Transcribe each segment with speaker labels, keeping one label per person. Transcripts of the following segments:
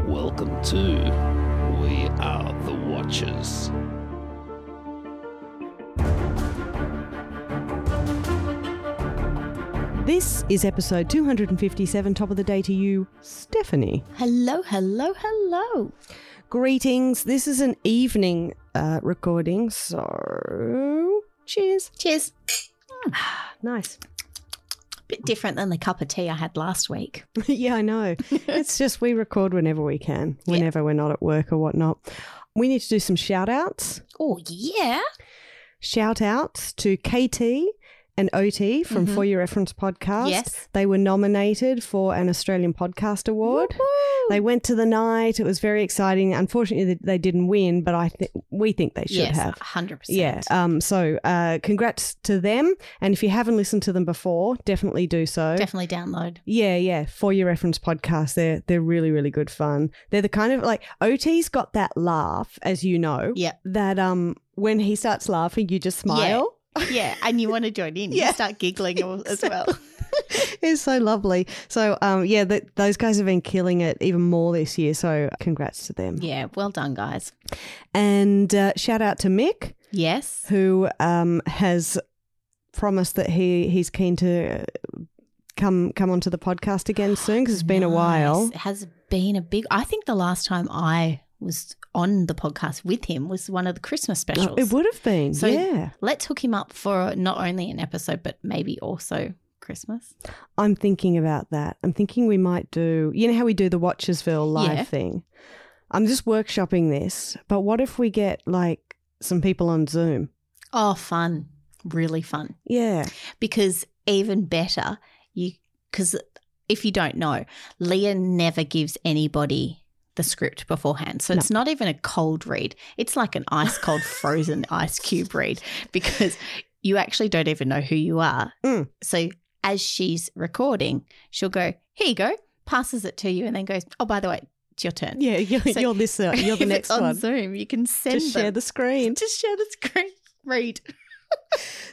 Speaker 1: Welcome to We Are the Watchers.
Speaker 2: This is episode 257, top of the day to you, Stephanie.
Speaker 3: Hello, hello, hello.
Speaker 2: Greetings. This is an evening uh, recording, so cheers.
Speaker 3: Cheers.
Speaker 2: Nice.
Speaker 3: Bit different than the cup of tea I had last week.
Speaker 2: yeah, I know. it's just we record whenever we can,
Speaker 3: Yeah.
Speaker 2: whenever we're not at work or whatnot. We need to do some shout outs.
Speaker 3: Oh, yeah.
Speaker 2: Shout outs to KT and OT from
Speaker 3: Mhm.
Speaker 2: For Your Reference Podcast.
Speaker 3: Yes.
Speaker 2: They were nominated for an Australian Podcast Award.
Speaker 3: Woo-hoo.
Speaker 2: They went to the night. It was very exciting. Unfortunately, they they didn't win, but I think we think they should
Speaker 3: yes,
Speaker 2: have.
Speaker 3: 100%.
Speaker 2: Yeah. Um. So, uh, congrats to them. And if you haven't listened to them before, definitely do so.
Speaker 3: Definitely download.
Speaker 2: yeah, yeah. For your reference podcast, they're they're really really good fun. They're the kind of like OT's got that laugh, as you know.
Speaker 3: Yep.
Speaker 2: That um, when he starts laughing, you just smile.
Speaker 3: Yeah. And you want to join in.
Speaker 2: Yeah.
Speaker 3: You start giggling al- as well.
Speaker 2: it's so lovely. So, um, yeah, th- those guys have been killing it even more this year. So, congrats to them.
Speaker 3: Yeah. Well done, guys.
Speaker 2: And uh, shout out to Mick,
Speaker 3: Yes.
Speaker 2: who um, has promised that he he's keen to uh, come come onto the podcast again soon because it's been a
Speaker 3: Nice.
Speaker 2: while.
Speaker 3: It has been a big. I think the last time I was on the podcast with him was one of the Christmas specials.
Speaker 2: Oh, It would have been,
Speaker 3: So-
Speaker 2: yeah.
Speaker 3: Let's hook him up for not only an episode, but maybe also Christmas.
Speaker 2: I'm thinking about that. I'm thinking we might do. You know how we do the Watchersville live
Speaker 3: Yeah.
Speaker 2: thing. I'm just workshopping this, but what if we get like some people on Zoom?
Speaker 3: Oh, fun. Really fun.
Speaker 2: Yeah.
Speaker 3: because even better you because if you don't know leah never gives anybody the script beforehand so
Speaker 2: No.
Speaker 3: it's not even a cold read it's like an ice cold frozen ice cube read because you actually don't even know who you are
Speaker 2: Mm.
Speaker 3: so as she's recording she'll go here you go passes it to you and then goes oh by the way it's your turn
Speaker 2: Yeah, you're,
Speaker 3: So-
Speaker 2: you're this. Uh, you're the
Speaker 3: If
Speaker 2: next
Speaker 3: it's on
Speaker 2: one.
Speaker 3: zoom you can send
Speaker 2: Just share
Speaker 3: them
Speaker 2: the screen.
Speaker 3: just share the screen read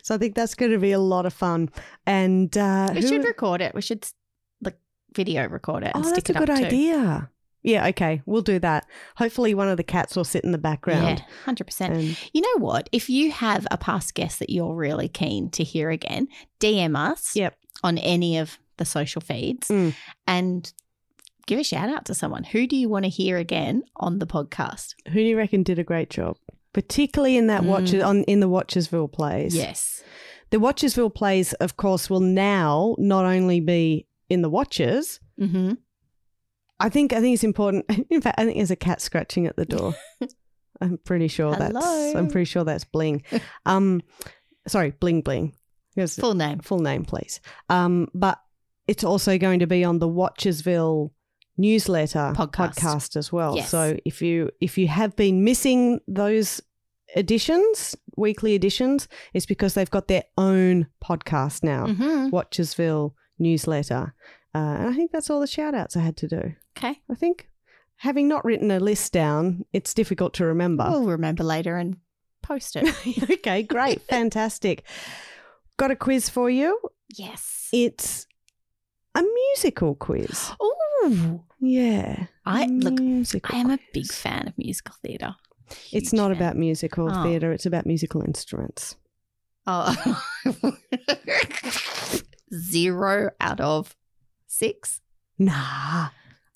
Speaker 2: So I think that's going to be a lot of fun. And uh,
Speaker 3: we
Speaker 2: who-
Speaker 3: should record it we should like video record it
Speaker 2: oh,
Speaker 3: and
Speaker 2: that's
Speaker 3: stick
Speaker 2: a
Speaker 3: it
Speaker 2: good
Speaker 3: up too.
Speaker 2: idea. Yeah, okay, we'll do that. Hopefully, one of the cats will sit in the background.
Speaker 3: Yeah, hundred percent.
Speaker 2: And
Speaker 3: Uh, You know what? If you have a past guest that you're really keen to hear again, DM us
Speaker 2: Yep.
Speaker 3: on any of the social feeds
Speaker 2: Mm.
Speaker 3: and give a shout out to someone. Who do you want to hear again on the podcast?
Speaker 2: who do you reckon did a great job? Particularly in that
Speaker 3: Mm.
Speaker 2: Watcher on in the Watchersville plays.
Speaker 3: Yes.
Speaker 2: The Watchersville plays, of course, will now not only be in the Watchers.
Speaker 3: Mm-hmm.
Speaker 2: I think I think it's important. In fact, I think there's a cat scratching at the door. I'm pretty sure that's. I'm
Speaker 3: Hello.
Speaker 2: pretty sure that's Bling. Um, sorry, Bling Bling. Yes,
Speaker 3: Full name.
Speaker 2: full name, please. Um, but it's also going to be on the Watchersville newsletter
Speaker 3: Podcast.
Speaker 2: as well.
Speaker 3: Yes.
Speaker 2: So if you if you have been missing those editions, weekly editions, it's because they've got their own podcast now,
Speaker 3: Mm-hmm.
Speaker 2: Watchersville newsletter. Uh, and I think that's all the shout outs I had to do.
Speaker 3: Okay.
Speaker 2: I think having not written a list down, it's difficult to remember
Speaker 3: We'll remember later and post it.
Speaker 2: okay, great, fantastic. Got a quiz for you.
Speaker 3: yes.
Speaker 2: It's a musical quiz.
Speaker 3: Oh,
Speaker 2: Yeah.
Speaker 3: I
Speaker 2: Mm.
Speaker 3: look.
Speaker 2: musical
Speaker 3: I am a big
Speaker 2: quiz.
Speaker 3: fan of musical theatre.
Speaker 2: It's
Speaker 3: Huge
Speaker 2: not
Speaker 3: fan.
Speaker 2: about musical
Speaker 3: Oh.
Speaker 2: theatre, it's about musical instruments.
Speaker 3: Oh. Zero out of six.
Speaker 2: Nah.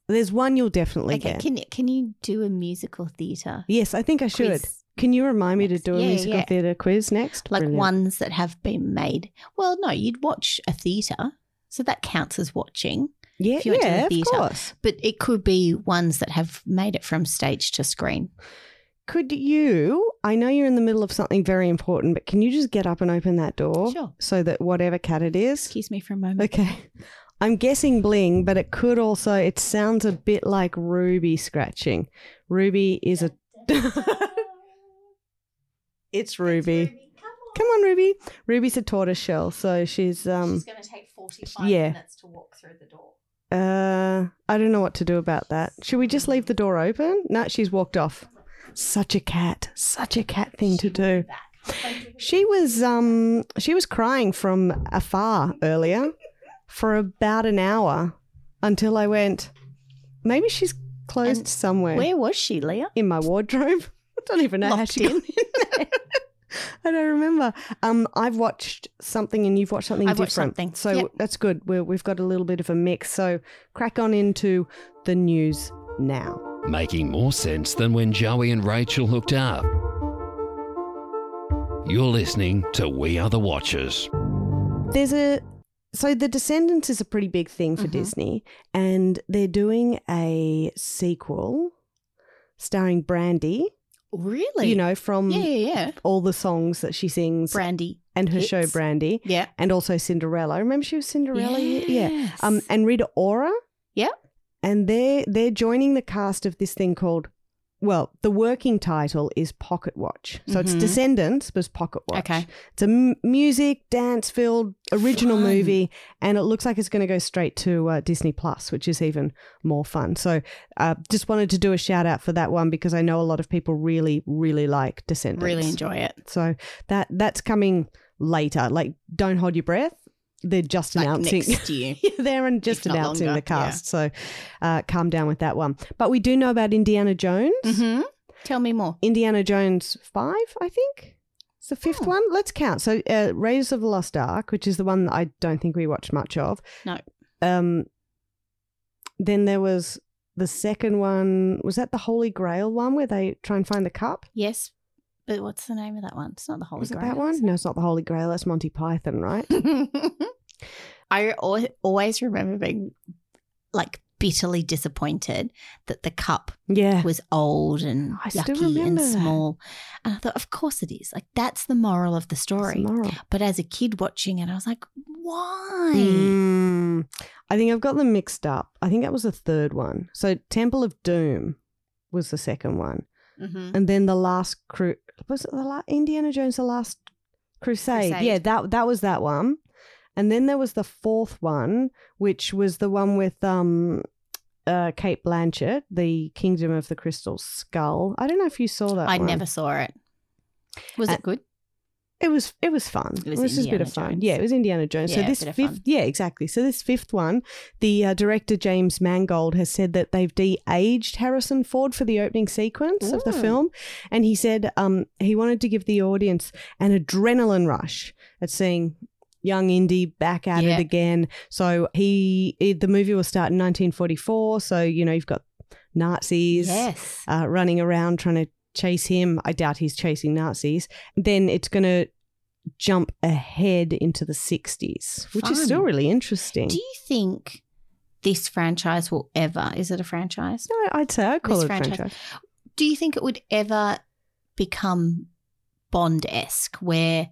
Speaker 2: There's one you'll definitely
Speaker 3: Okay,
Speaker 2: get.
Speaker 3: can can you do a musical theatre?
Speaker 2: yes, I think I should. Can you remind me to
Speaker 3: Next.
Speaker 2: do a
Speaker 3: Yeah,
Speaker 2: musical
Speaker 3: yeah.
Speaker 2: theatre quiz next?
Speaker 3: Like
Speaker 2: Brilliant.
Speaker 3: ones that have been made. Well, no, you'd watch a theatre, so that counts as watching.
Speaker 2: Yeah,
Speaker 3: if you uh, went to the
Speaker 2: yeah, of
Speaker 3: theatre.
Speaker 2: course.
Speaker 3: But it could be ones that have made it from stage to screen.
Speaker 2: Could you? I know you're in the middle of something very important, but can you just get up and open that door
Speaker 3: Sure.
Speaker 2: so that whatever cat it is
Speaker 3: Excuse me for a moment.
Speaker 2: Okay. I'm guessing bling, but it could also, it sounds a bit like Ruby scratching. Ruby is a. it's Ruby. Come on, Ruby. Ruby's a tortoise shell, so she's. um.
Speaker 3: going to take forty-five
Speaker 2: yeah.
Speaker 3: minutes to walk through the door.
Speaker 2: Uh, I don't know what to do about that. Should we just leave the door open? No, she's walked off. Such a cat. Such a cat thing to do. She was um she was crying from afar earlier for about an hour until I went maybe she's closed
Speaker 3: And
Speaker 2: somewhere
Speaker 3: Where was she, Leah?
Speaker 2: in my wardrobe. I don't even know how
Speaker 3: Locked
Speaker 2: she got
Speaker 3: in.
Speaker 2: I don't remember. Um, I've watched something and you've watched something
Speaker 3: I've watched
Speaker 2: different.
Speaker 3: something.
Speaker 2: So
Speaker 3: Yep.
Speaker 2: that's good. We're, we've got a little bit of a mix. So crack on into the news now.
Speaker 1: making more sense than when Joey and Rachel hooked up. You're listening to We Are the Watchers.
Speaker 2: There's a so the Descendants is a pretty big thing for
Speaker 3: Mhm.
Speaker 2: Disney, and they're doing a sequel starring Brandy.
Speaker 3: really?
Speaker 2: You know um, from
Speaker 3: Yeah, yeah, yeah.
Speaker 2: all the songs that she sings
Speaker 3: Brandy.
Speaker 2: and her show
Speaker 3: hits.
Speaker 2: Brandy,
Speaker 3: Yeah.
Speaker 2: and also Cinderella. Remember she was Cinderella? yeah.
Speaker 3: Yes.
Speaker 2: um, and Rita Ora.
Speaker 3: Yeah.
Speaker 2: And they're they're joining the cast of this thing called well, the working title is Pocket Watch. So it's
Speaker 3: Mhm.
Speaker 2: Descendants was Pocket Watch.
Speaker 3: Okay.
Speaker 2: It's a m- music, dance filled original
Speaker 3: Fun.
Speaker 2: movie, and it looks like it's going to go straight to uh, Disney Plus, which is even more fun. So uh, just wanted to do a shout out for that one because I know a lot of people really, really like Descendants.
Speaker 3: really enjoy it.
Speaker 2: So that that's coming later. Like, don't hold your breath. They're just
Speaker 3: Like
Speaker 2: announcing.
Speaker 3: next year.
Speaker 2: Yeah, they're in just
Speaker 3: If not
Speaker 2: announcing
Speaker 3: longer,
Speaker 2: the cast. So uh, calm down with that one. But we do know about Indiana Jones.
Speaker 3: hmm Tell me more.
Speaker 2: Indiana Jones 5, I think. It's the fifth
Speaker 3: Oh.
Speaker 2: one. Let's count. So uh, Raiders of the Lost Ark, which is the one that I don't think we watched much of.
Speaker 3: No.
Speaker 2: Um, then there was the second one. Was that the Holy Grail one where they try and find the cup?
Speaker 3: Yes. But what's the name of that one? It's not the Holy
Speaker 2: was it
Speaker 3: Grail.
Speaker 2: that one? No, it's not the Holy Grail. That's Monty Python, right?
Speaker 3: I al- always remember being like bitterly disappointed that the cup
Speaker 2: yeah.
Speaker 3: was old and
Speaker 2: I still
Speaker 3: yucky and
Speaker 2: remember that.
Speaker 3: small. And I thought, of course it is. Like that's the moral of the story.
Speaker 2: Tomorrow.
Speaker 3: But as a kid watching it, I was like, why?
Speaker 2: Mm, I think I've got them mixed up. I think that was the third one. So Temple of Doom was the second one,
Speaker 3: Mm-hmm.
Speaker 2: and then the last cru was it the la- Indiana Jones: The Last Crusade?
Speaker 3: Crusade.
Speaker 2: Yeah, that that was that one, and then there was the fourth one, which was the one with um. Uh, Kate Blanchett, The Kingdom of the Crystal Skull. I don't know if you saw that.
Speaker 3: I
Speaker 2: one.
Speaker 3: never saw it. Was
Speaker 2: Uh,
Speaker 3: it good?
Speaker 2: It was it was fun. It
Speaker 3: It
Speaker 2: was,
Speaker 3: was
Speaker 2: just a bit
Speaker 3: Indiana
Speaker 2: of fun.
Speaker 3: Jones.
Speaker 2: Yeah, it was Indiana Jones.
Speaker 3: Yeah,
Speaker 2: so
Speaker 3: a
Speaker 2: this
Speaker 3: bit of
Speaker 2: fifth,
Speaker 3: fun.
Speaker 2: yeah, exactly. So this fifth one, the uh, director James Mangold has said that they've de-aged Harrison Ford for the opening sequence of the
Speaker 3: Ooh.
Speaker 2: film, and he said um, he wanted to give the audience an adrenaline rush at seeing young Indy back at
Speaker 3: Yeah.
Speaker 2: it again. So he it, the movie will start in 1944. So you know you've got Nazis
Speaker 3: Yes.
Speaker 2: uh, running around trying to chase him. I doubt he's chasing Nazis. Then it's going to jump ahead into the 60s, which is
Speaker 3: Fun.
Speaker 2: still really interesting.
Speaker 3: Do you think this franchise will ever, is it a franchise?
Speaker 2: no, I'd say I call
Speaker 3: This
Speaker 2: it franchise.
Speaker 3: franchise- Do you think it would ever become Bond esque where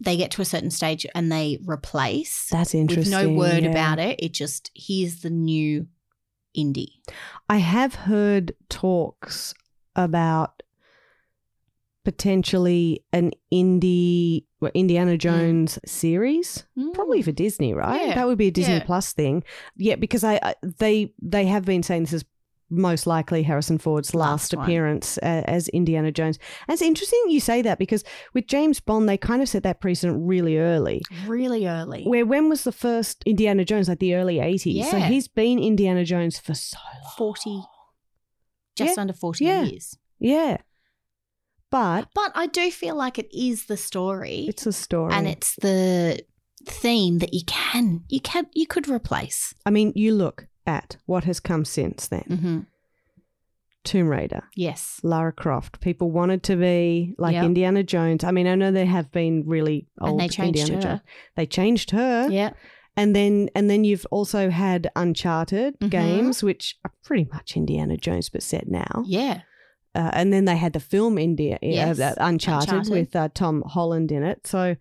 Speaker 3: they get to a certain stage and they replace
Speaker 2: That's
Speaker 3: with
Speaker 2: interesting.
Speaker 3: no word
Speaker 2: yeah.
Speaker 3: about it? It just, here's the new indie.
Speaker 2: I have heard talks about potentially an indie well,
Speaker 3: Hmm.
Speaker 2: Indiana Jones series. probably for Disney, right?
Speaker 3: Mm. Yeah.
Speaker 2: That would be a Disney
Speaker 3: Yeah.
Speaker 2: Plus thing. Yeah, because I, I they they have been saying this is most likely Harrison Ford's last,
Speaker 3: Last one.
Speaker 2: appearance uh, as Indiana Jones. And it's interesting you say that because with James Bond they kind of set that precedent really early.
Speaker 3: Hmm. really early.
Speaker 2: Where when was the first Indiana Jones like the early 80s? So
Speaker 3: Yeah.
Speaker 2: he's been Indiana Jones for so long.
Speaker 3: 40, just under 40
Speaker 2: Yeah.
Speaker 3: years.
Speaker 2: Yeah. But
Speaker 3: But I do feel like it is the story.
Speaker 2: it's a story.
Speaker 3: and it's the theme that you can you can you could replace
Speaker 2: I mean, you look at what has come since then.
Speaker 3: mm-hmm.
Speaker 2: Tomb Raider.
Speaker 3: yes
Speaker 2: Lara Croft. People wanted to be like
Speaker 3: Yep.
Speaker 2: Indiana Jones. I mean, I know there have been really old
Speaker 3: and they changed
Speaker 2: Indiana
Speaker 3: her
Speaker 2: Jones. They changed her,
Speaker 3: yeah
Speaker 2: and then and then you've also had Uncharted
Speaker 3: Mhm.
Speaker 2: games, which are pretty much Indiana Jones but set now.
Speaker 3: yeah
Speaker 2: Uh, and then they had the film India uh,
Speaker 3: Yes,
Speaker 2: uh, Uncharted,
Speaker 3: Uncharted.
Speaker 2: with uh, Tom Holland in it. So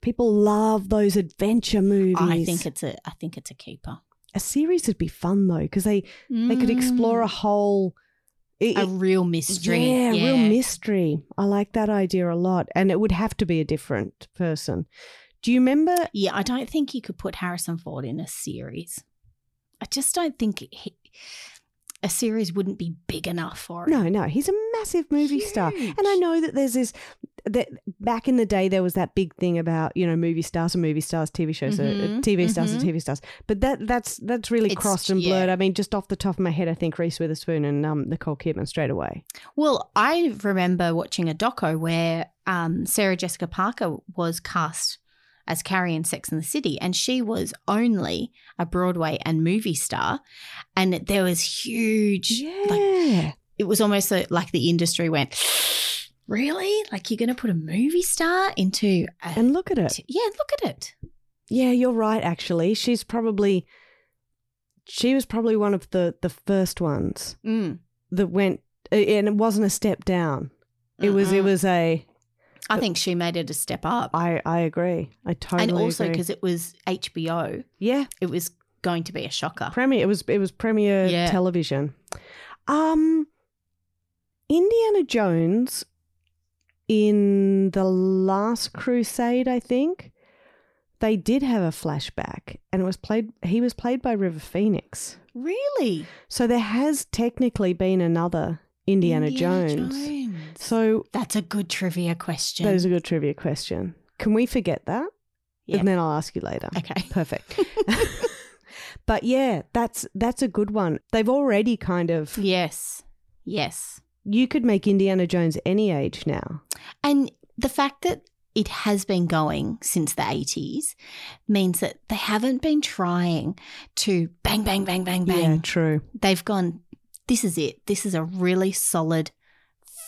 Speaker 2: people love those adventure movies.
Speaker 3: i think it's a i think it's a keeper
Speaker 2: a series would be fun though because they they could explore a
Speaker 3: Mm.
Speaker 2: whole. it-
Speaker 3: a
Speaker 2: it-
Speaker 3: real mystery
Speaker 2: Yeah, real mystery. I like that idea a lot. And it would have to be a different person. Do you remember?
Speaker 3: yeah i don't think you could put harrison ford in a series i just don't think he, a series wouldn't be big enough for it
Speaker 2: No, no, he's a massive movie star. And I
Speaker 3: Huge.
Speaker 2: know that there's this that back in the day there was that big thing about you know movie stars and movie stars, TV shows, are-
Speaker 3: Mhm,
Speaker 2: TV stars
Speaker 3: mhm.
Speaker 2: and TV stars. But that that's that's really
Speaker 3: It's-
Speaker 2: crossed and
Speaker 3: yeah.
Speaker 2: blurred. I mean, just off the top of my head, I think Reese Witherspoon and um, Nicole Kidman straight away.
Speaker 3: Well, I remember watching a doco where um, Sarah Jessica Parker was cast as Carrie in Sex and the City, and she was only a Broadway and movie star, and there was huge. Like it was almost a- like the industry went, really? Like you're going to put a movie star into a
Speaker 2: and look at it.
Speaker 3: t- yeah, look at it.
Speaker 2: Yeah, you're right. Actually, she's probably she was probably one of the the first ones
Speaker 3: Mm.
Speaker 2: that went, and it wasn't a step down. It was it
Speaker 3: Mm-mm.
Speaker 2: was a
Speaker 3: I think she made it a step up,
Speaker 2: I I agree. I totally
Speaker 3: and also
Speaker 2: agree.
Speaker 3: because it was HBO,
Speaker 2: yeah,
Speaker 3: it was going to be a shocker.
Speaker 2: premiere. It was it was premiere
Speaker 3: Oh. Yeah.
Speaker 2: television. Um, Indiana Jones in the Last Crusade, I think they did have a flashback, and it was played. He was played by River Phoenix.
Speaker 3: really,
Speaker 2: So there has technically been another Indiana, Jones.
Speaker 3: Jones.
Speaker 2: So
Speaker 3: That's a good trivia question.
Speaker 2: that is a good trivia question. Can we forget that?
Speaker 3: Yeah.
Speaker 2: And then I'll ask you later.
Speaker 3: okay.
Speaker 2: Perfect. but yeah, that's that's a good one. They've already kind of
Speaker 3: Yes. Yes.
Speaker 2: you could make Indiana Jones any age now.
Speaker 3: And the fact that it has been going since the 80s means that they haven't been trying to bang, bang, bang, bang, bang.
Speaker 2: Yeah, true.
Speaker 3: They've gone, this is it. This is a really solid,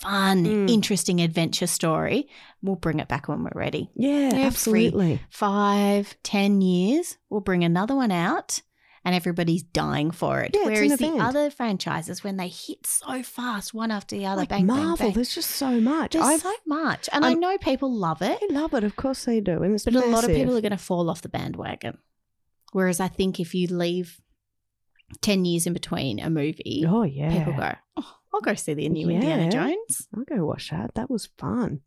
Speaker 3: fun,
Speaker 2: Mm.
Speaker 3: interesting adventure story. We'll bring it back when we're ready.
Speaker 2: Yeah,
Speaker 3: free.
Speaker 2: absolutely.
Speaker 3: Five, ten years, we'll bring another one out. And everybody's dying for it.
Speaker 2: Yeah, it's an
Speaker 3: Whereas the
Speaker 2: event.
Speaker 3: other franchises, when they hit so fast, one after the other,
Speaker 2: Like
Speaker 3: bang,
Speaker 2: Marvel,
Speaker 3: bang, bang,
Speaker 2: there's just so much.
Speaker 3: There's
Speaker 2: I've-
Speaker 3: so much. And i
Speaker 2: I'm-
Speaker 3: know people love it,
Speaker 2: I love it. Of course they do, and it's
Speaker 3: but a lot of
Speaker 2: massive.
Speaker 3: people are going to fall off the bandwagon. Whereas I think if you leave 10 years in between a movie,
Speaker 2: Oh yeah,
Speaker 3: people go, oh, I'll go see the new
Speaker 2: Yeah.
Speaker 3: Indiana Jones.
Speaker 2: I'll go watch that. That was fun.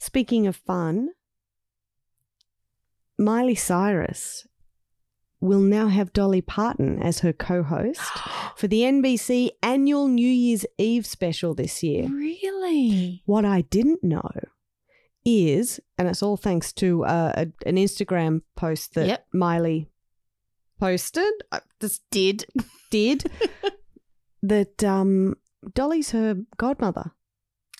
Speaker 2: Speaking of fun, Miley Cyrus will now have Dolly Parton as her co host for the NBC annual New Year's Eve special this year.
Speaker 3: Really?
Speaker 2: What I didn't know is, and it's all thanks to uh, a, an Instagram post that
Speaker 3: Yep.
Speaker 2: Miley posted, uh,
Speaker 3: This did.
Speaker 2: did, that um, Dolly's her godmother.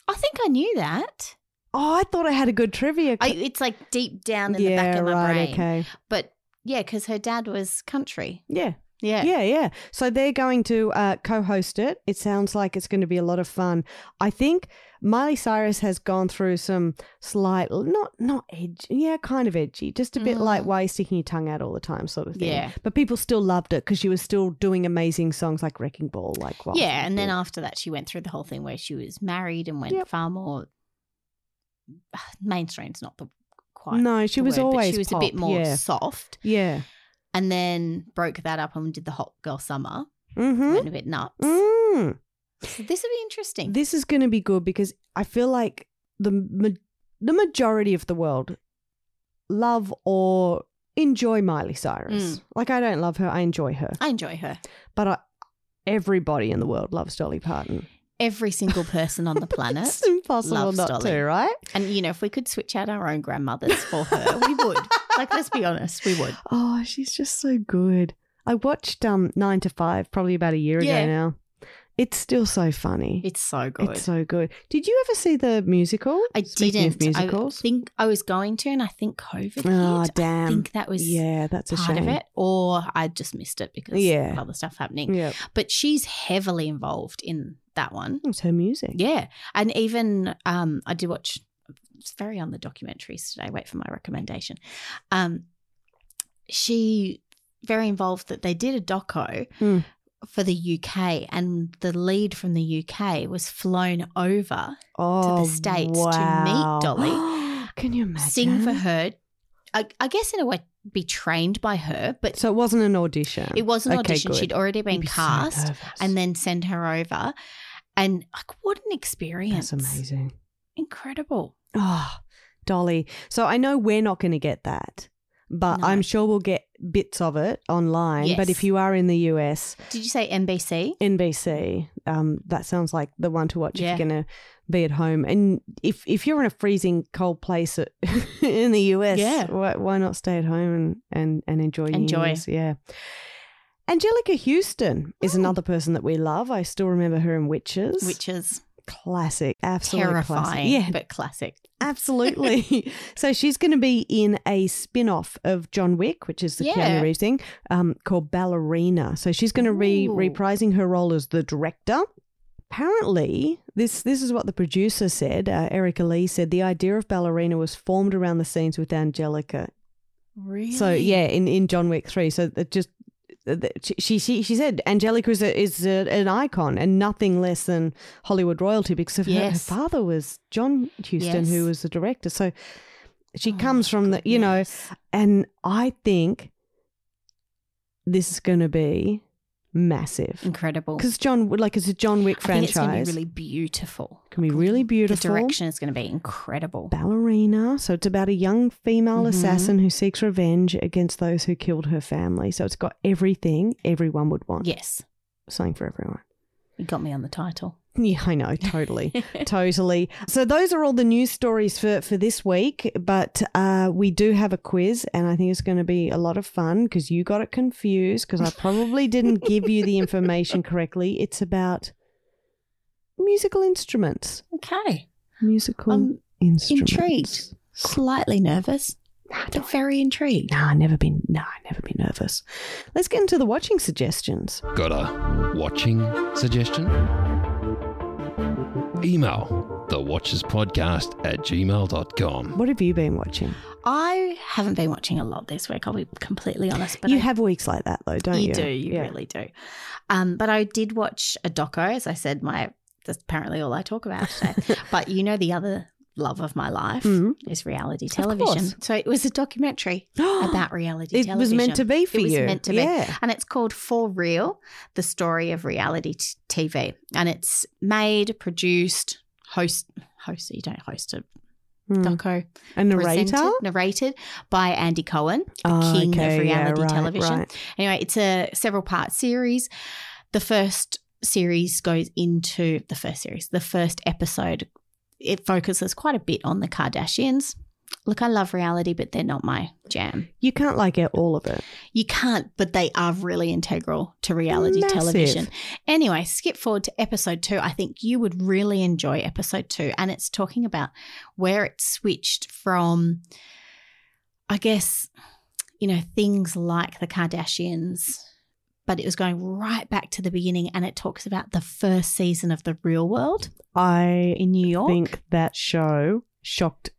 Speaker 3: I think I knew that.
Speaker 2: Oh, I thought I had a good trivia.
Speaker 3: I, it's like deep down in the back of my brain.
Speaker 2: Okay.
Speaker 3: But yeah, because her dad was country.
Speaker 2: Yeah,
Speaker 3: Yeah.
Speaker 2: yeah, yeah. So they're going to uh, co-host it. It sounds like it's going to be a lot of fun. I think Miley Cyrus has gone through some slight, not not edgy, yeah, kind of edgy, just a bit
Speaker 3: Mm.
Speaker 2: like why are you sticking your tongue out all the time, sort of thing.
Speaker 3: Yeah.
Speaker 2: But people still loved it because she was still doing amazing songs like Wrecking Ball, like what?
Speaker 3: yeah, and then after that, she went through the whole thing where she was married and went
Speaker 2: Yep.
Speaker 3: far more mainstream's not the quite.
Speaker 2: no, she
Speaker 3: the
Speaker 2: was
Speaker 3: word, but
Speaker 2: always
Speaker 3: she was
Speaker 2: pop,
Speaker 3: a bit more
Speaker 2: yeah,
Speaker 3: soft,
Speaker 2: yeah.
Speaker 3: and then broke that up and did the hot girl summer,
Speaker 2: Mm-hmm.
Speaker 3: went a bit nuts.
Speaker 2: Mm.
Speaker 3: So this would be interesting.
Speaker 2: This is going to be good because I feel like the ma- the majority of the world love or enjoy Miley
Speaker 3: Mm.
Speaker 2: Cyrus. Like I don't love her, I enjoy her,
Speaker 3: I enjoy her.
Speaker 2: but I, everybody in the world loves Dolly Parton.
Speaker 3: Every single person on the planet,
Speaker 2: It's impossible
Speaker 3: loves
Speaker 2: not
Speaker 3: Dolly.
Speaker 2: to, right?
Speaker 3: and you know, if we could switch out our own grandmothers for her, we would. Like, let's be honest, we would.
Speaker 2: Oh, she's just so good. I watched um 9 to 5 probably about a year
Speaker 3: Yeah.
Speaker 2: ago now. It's still so funny.
Speaker 3: It's so good.
Speaker 2: It's so good. Did you ever see the musical?
Speaker 3: I
Speaker 2: Speaking
Speaker 3: didn't.
Speaker 2: of musicals.
Speaker 3: I think I was going to, and I think COVID.
Speaker 2: oh,
Speaker 3: hit. I
Speaker 2: damn.
Speaker 3: think that was
Speaker 2: Yeah, that's a
Speaker 3: part
Speaker 2: shame.
Speaker 3: of it, or I just missed it because
Speaker 2: Yeah.
Speaker 3: of other stuff happening.
Speaker 2: Yeah.
Speaker 3: But she's heavily involved in that one.
Speaker 2: It's her music.
Speaker 3: Yeah, and even um, I did watch. It's very on the documentaries today. Wait for my recommendation. Um, she very involved that they did a doco.
Speaker 2: Mm.
Speaker 3: For the UK, and the lead from the UK was flown over
Speaker 2: oh,
Speaker 3: States to meet
Speaker 2: wow.
Speaker 3: Dolly.
Speaker 2: Can you imagine?
Speaker 3: sing for her. I, I guess in a way, be trained by her, but
Speaker 2: So it wasn't an audition.
Speaker 3: it was an
Speaker 2: Okay,
Speaker 3: audition.
Speaker 2: good.
Speaker 3: She'd already
Speaker 2: You'd
Speaker 3: been
Speaker 2: be so
Speaker 3: cast,
Speaker 2: nervous.
Speaker 3: and then send her over. And like, what an experience!
Speaker 2: that's amazing.
Speaker 3: incredible.
Speaker 2: Oh, Dolly. So I know we're not going to get that, but
Speaker 3: No.
Speaker 2: I'm sure we'll get bits of it online, but
Speaker 3: Yes.
Speaker 2: if you are in the US,
Speaker 3: Did you say NBC?
Speaker 2: NBC, um, that sounds like the one to watch
Speaker 3: Yeah.
Speaker 2: if you're going to be at home. And if, if you're in a freezing cold place at- in the US,
Speaker 3: Yeah.
Speaker 2: why, why not stay at home and, and, and enjoy New
Speaker 3: Enjoy.
Speaker 2: Year's? Yeah. Angelica Houston is
Speaker 3: Mm.
Speaker 2: another person that we love. I still remember her in Witches.
Speaker 3: Which is
Speaker 2: classic. Absolutely
Speaker 3: terrifying,
Speaker 2: classic. Yeah,
Speaker 3: but classic.
Speaker 2: Absolutely. so she's going to be in a spin off of John Wick, which is the
Speaker 3: Yeah.
Speaker 2: Keanu Reeves thing, um, called Ballerina. So she's going to be
Speaker 3: Ooh.
Speaker 2: reprising her role as the director. Apparently, this this is what the producer said. Uh, Erica Lee said the idea of Ballerina was formed around the scenes with Angelica.
Speaker 3: Really?
Speaker 2: So yeah, in, in John Wick three. So that just that she she she said Angelica is a, is a, an icon and nothing less than Hollywood royalty because of her- her,
Speaker 3: Yes.
Speaker 2: father was John Huston,
Speaker 3: Yes.
Speaker 2: who was the director. So she
Speaker 3: Oh,
Speaker 2: comes from the you know,
Speaker 3: goodness.
Speaker 2: and I think this is going to be massive
Speaker 3: incredible.
Speaker 2: because John like it's a John Wick
Speaker 3: Mm. I think it's
Speaker 2: franchise.
Speaker 3: going to be really beautiful.
Speaker 2: Can be really beautiful.
Speaker 3: The direction is going to be incredible.
Speaker 2: ballerina. So it's about a young female
Speaker 3: Mhm.
Speaker 2: assassin who seeks revenge against those who killed her family. So it's got everything everyone would want.
Speaker 3: Yes,
Speaker 2: Something for everyone.
Speaker 3: you got me on the title.
Speaker 2: Yeah, I know, totally. totally. So those are all the news stories for, for this week, but uh, we do have a quiz and I think it's going to be a lot of fun because you got it confused because I probably didn't give you the information correctly. It's about musical instruments.
Speaker 3: Okay,
Speaker 2: Musical
Speaker 3: I'm
Speaker 2: instruments.
Speaker 3: intrigued, slightly nervous, but very intrigued.
Speaker 2: No, I never been. No, I never been nervous. Let's get into the watching suggestions.
Speaker 1: Got a watching suggestion? Email the Watchers Podcast at gmail.com.
Speaker 2: What have you been watching?
Speaker 3: I haven't been watching a lot this week. I'll be completely honest, but
Speaker 2: you
Speaker 3: I,
Speaker 2: have weeks like that though, don't you?
Speaker 3: you do, you
Speaker 2: Yeah.
Speaker 3: really do. Um, but I did watch a doco, as I said. My that's apparently all I talk about today. but you know, the other love of my life
Speaker 2: Mhm.
Speaker 3: is reality
Speaker 2: course.
Speaker 3: television. So it was a documentary about reality.
Speaker 2: it
Speaker 3: television.
Speaker 2: was meant to be for
Speaker 3: It was
Speaker 2: you.
Speaker 3: meant to be.
Speaker 2: yeah.
Speaker 3: and it's called For Real: The Story of Reality t- TV, and it's made, produced, host, host. You don't host a
Speaker 2: Mm.
Speaker 3: doco.
Speaker 2: A narrator,
Speaker 3: Presented, narrated by Andy Cohen, the
Speaker 2: Oh,
Speaker 3: king
Speaker 2: okay,
Speaker 3: of
Speaker 2: yeah,
Speaker 3: reality
Speaker 2: right,
Speaker 3: television.
Speaker 2: right.
Speaker 3: Anyway, it's a several part series. The first series goes into the first series. The first episode it focuses quite a bit on the Kardashians. Look, I love reality, but they're not my jam.
Speaker 2: You can't like it all of it.
Speaker 3: You can't, but they are really integral to reality
Speaker 2: Massive.
Speaker 3: television. Anyway, skip forward to episode two. I think you would really enjoy episode two. And it's talking about where it switched from, I guess, you know, things like the Kardashians, but it was going right back to the beginning. And it talks about the first season of The Real World
Speaker 2: I
Speaker 3: in New York.
Speaker 2: think that show shocked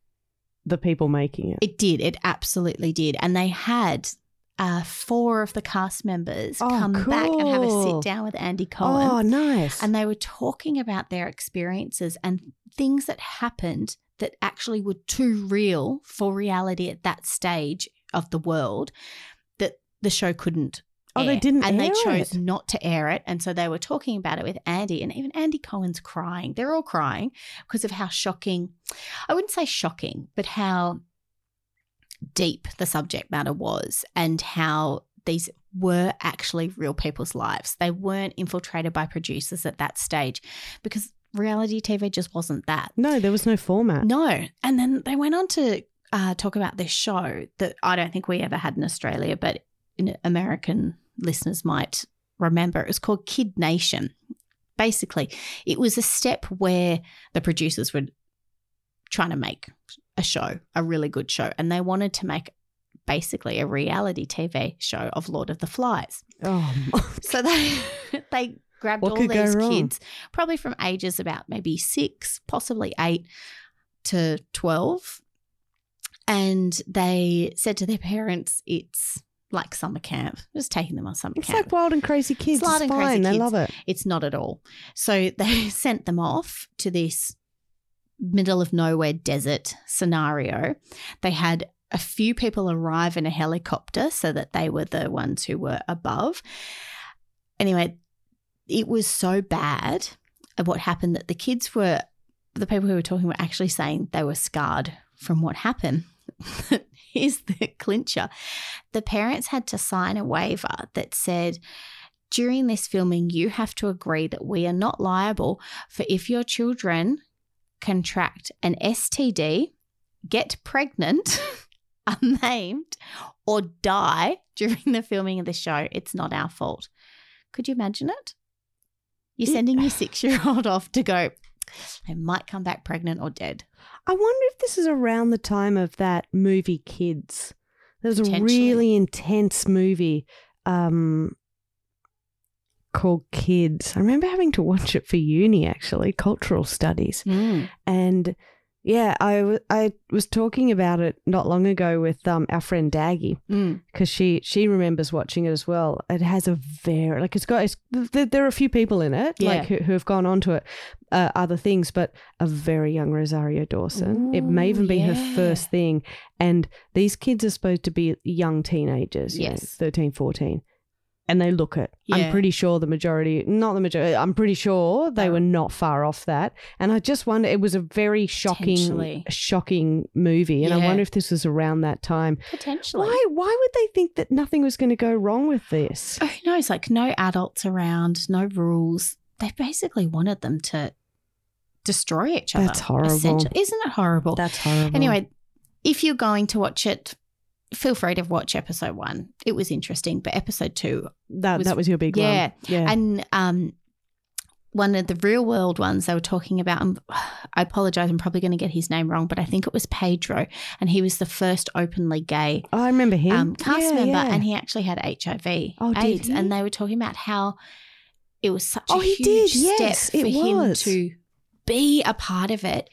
Speaker 2: the people making it.
Speaker 3: It did. It absolutely did. And they had uh, four of the cast members
Speaker 2: Oh,
Speaker 3: come back and have a
Speaker 2: cool.
Speaker 3: sit down with Andy Cohen.
Speaker 2: Oh, nice.
Speaker 3: And they were talking about their experiences and things that happened that actually were too real for reality at that stage of the world that the show couldn't.
Speaker 2: Oh, they
Speaker 3: air.
Speaker 2: didn't
Speaker 3: And
Speaker 2: air
Speaker 3: they chose
Speaker 2: it.
Speaker 3: not to air it. And so they were talking about it with Andy, and even Andy Cohen's crying. They're all crying because of how shocking, I wouldn't say shocking, but how deep the subject matter was and how these were actually real people's lives. They weren't infiltrated by producers at that stage because reality TV just wasn't that.
Speaker 2: no, there was no format.
Speaker 3: No. And then they went on to uh, talk about this show that I don't think we ever had in Australia, but in American listeners might remember. It was called Kid Nation. Basically, it was a step where the producers were trying to make a show, a really good show, and they wanted to make basically a reality TV show of Lord of the Flies.
Speaker 2: Oh,
Speaker 3: So they they grabbed
Speaker 2: What
Speaker 3: all
Speaker 2: could go
Speaker 3: these
Speaker 2: wrong?
Speaker 3: kids, probably from ages about maybe six, possibly eight to twelve, and they said to their parents, "It's like summer camp. Just taking them on summer
Speaker 2: it's
Speaker 3: camp.
Speaker 2: like Wild and Crazy Kids.
Speaker 3: Wild
Speaker 2: It's
Speaker 3: and Crazy
Speaker 2: fine. They
Speaker 3: Kids.
Speaker 2: love it.
Speaker 3: it's not at all." So they sent them off to this middle of nowhere desert scenario. They had a few people arrive in a helicopter so that they were the ones who were above. Anyway, it was so bad at what happened that the kids were, the people who were talking were actually saying they were scarred from what happened. here's the clincher. The parents had to sign a waiver that said, during this filming, you have to agree that we are not liable for if your children contract an STD, get pregnant, unnamed, or die during the filming of the show. It's not our fault. Could you imagine it? You're
Speaker 2: Yeah.
Speaker 3: sending your six year old off to go, I might come back pregnant or dead.
Speaker 2: I wonder if this is around the time of that movie Kids. There's a
Speaker 3: Potentially.
Speaker 2: really intense movie um, called Kids. I remember having to watch it for uni, actually, cultural studies. And yeah, I, w- I was talking about it not long ago with um, our friend Daggy
Speaker 3: Mm.
Speaker 2: because she, she remembers watching it as well. It has a very, like, it's got, it's, there, there are a few people in it,
Speaker 3: Yeah.
Speaker 2: like, who, who have gone on to it, uh, other things, but a very young Rosario Dawson. it may
Speaker 3: Ooh,
Speaker 2: even be
Speaker 3: yeah.
Speaker 2: her first thing. And these kids are supposed to be young teenagers, yes.
Speaker 3: Yes.
Speaker 2: 13, 14. And they look it.
Speaker 3: Yeah.
Speaker 2: I'm pretty sure the majority, not the majority, I'm pretty sure they
Speaker 3: Yeah.
Speaker 2: were not far off that. And I just wonder, it was a very shocking,
Speaker 3: Potentially.
Speaker 2: shocking movie. And I
Speaker 3: Yeah.
Speaker 2: wonder if this was around that time.
Speaker 3: Potentially.
Speaker 2: Why, why would they think that nothing was going to go wrong with this?
Speaker 3: Oh, who knows? Like, no adults around, no rules. They basically wanted them to destroy each other.
Speaker 2: That's horrible.
Speaker 3: essentially. Isn't it horrible?
Speaker 2: Oh, That's horrible.
Speaker 3: Anyway, if you're going to watch it, feel free to watch episode one. It was interesting, but episode two,
Speaker 2: that,
Speaker 3: was-
Speaker 2: that was your big
Speaker 3: yeah.
Speaker 2: one. Yeah.
Speaker 3: and um, one of the real world ones they were talking about. And I apologize, I'm probably going to get his name wrong, but I think it was Pedro, and he was the first openly gay
Speaker 2: Oh, I remember him.
Speaker 3: um, cast
Speaker 2: Yeah,
Speaker 3: member,
Speaker 2: yeah.
Speaker 3: and he actually had HIV
Speaker 2: Oh, did
Speaker 3: AIDS,
Speaker 2: he?
Speaker 3: and they were talking about how it was such
Speaker 2: Oh,
Speaker 3: a
Speaker 2: he
Speaker 3: huge
Speaker 2: did,
Speaker 3: step
Speaker 2: yes,
Speaker 3: for
Speaker 2: it
Speaker 3: him
Speaker 2: was.
Speaker 3: to be a part of it,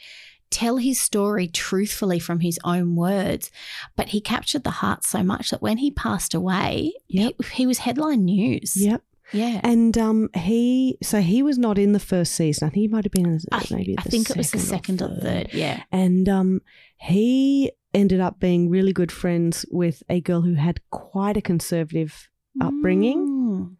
Speaker 3: tell his story truthfully from his own words, but he captured the heart so much that when he passed away,
Speaker 2: Yep.
Speaker 3: he, he was headline news.
Speaker 2: Yep.
Speaker 3: Yeah.
Speaker 2: And um, he so he was not in the first season. I think he might have been in
Speaker 3: I,
Speaker 2: maybe.
Speaker 3: I
Speaker 2: the
Speaker 3: think it was the second or third. Yeah.
Speaker 2: And um, he ended up being really good friends with a girl who had quite a conservative. Upbringing?
Speaker 3: Mm.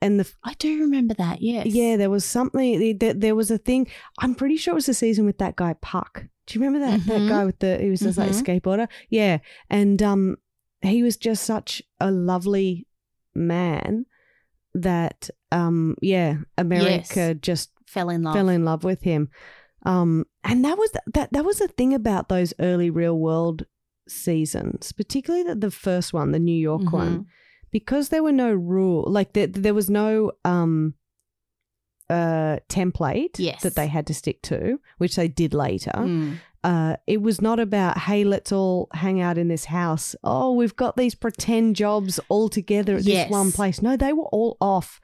Speaker 2: And the
Speaker 3: I do remember that. Yes.
Speaker 2: yeah, there was something. There, there was a thing. I'm pretty sure it was the season with that guy Puck. Do you remember that
Speaker 3: Mhm.
Speaker 2: that guy with the? He was just like a skateboarder. Yeah, and um, he was just such a lovely man that um, yeah, America just
Speaker 3: Fell in love.
Speaker 2: fell in love with him. Um, and that was that that was the thing about those early real world seasons, particularly the, the first one, the New York
Speaker 3: Mhm.
Speaker 2: one, because there were no rule, like there, there was no um uh template
Speaker 3: Yes.
Speaker 2: that they had to stick to, which they did later.
Speaker 3: Mm.
Speaker 2: Uh, it was not about hey, let's all hang out in this house. Oh, we've got these pretend jobs all together at
Speaker 3: Yes.
Speaker 2: this one place. No, they were all off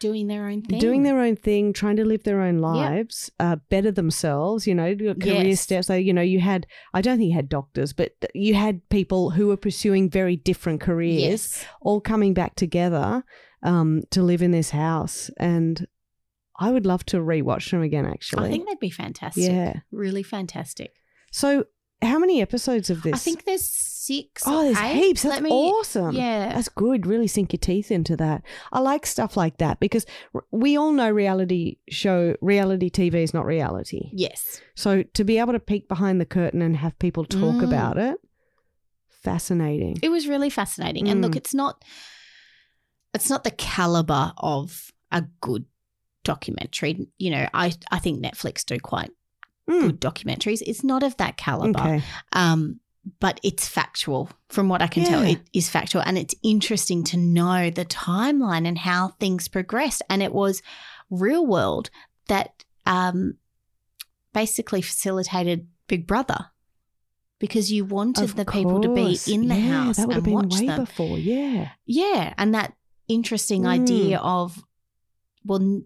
Speaker 3: Doing their own thing.
Speaker 2: doing their own thing, trying to live their own lives, uh, better themselves, you know, do career
Speaker 3: Yes.
Speaker 2: steps. So, you know, you had, I don't think you had doctors, but th- you had people who were pursuing very different careers,
Speaker 3: Yes.
Speaker 2: all coming back together um, to live in this house. And I would love to rewatch them again, actually.
Speaker 3: I think they'd be fantastic.
Speaker 2: yeah.
Speaker 3: Really fantastic.
Speaker 2: So, how many episodes of this?
Speaker 3: I think there's six.
Speaker 2: Oh,
Speaker 3: or
Speaker 2: there's
Speaker 3: eight.
Speaker 2: heaps.
Speaker 3: Let
Speaker 2: That's
Speaker 3: me-
Speaker 2: awesome.
Speaker 3: Yeah.
Speaker 2: That's good. Really sink your teeth into that. I like stuff like that because r- we all know reality show, reality TV is not reality.
Speaker 3: yes.
Speaker 2: So to be able to peek behind the curtain and have people talk
Speaker 3: Mm.
Speaker 2: about it, fascinating.
Speaker 3: It was really fascinating. And
Speaker 2: Mm.
Speaker 3: look, it's not it's not the caliber of a good documentary. You know, I I think Netflix do quite
Speaker 2: Mm.
Speaker 3: good documentaries. It's not of that caliber.
Speaker 2: Okay.
Speaker 3: Um but it's factual from what I can tell.
Speaker 2: Yeah.
Speaker 3: It is factual. And it's interesting to know the timeline and how things progressed. And it was real world that um, basically facilitated Big Brother because you wanted
Speaker 2: Of
Speaker 3: the people to be
Speaker 2: course.
Speaker 3: in the
Speaker 2: Yeah,
Speaker 3: house
Speaker 2: That would have
Speaker 3: and
Speaker 2: been
Speaker 3: watch
Speaker 2: way
Speaker 3: them.
Speaker 2: before. Yeah.
Speaker 3: Yeah. And that interesting
Speaker 2: Mm.
Speaker 3: idea of, well, n-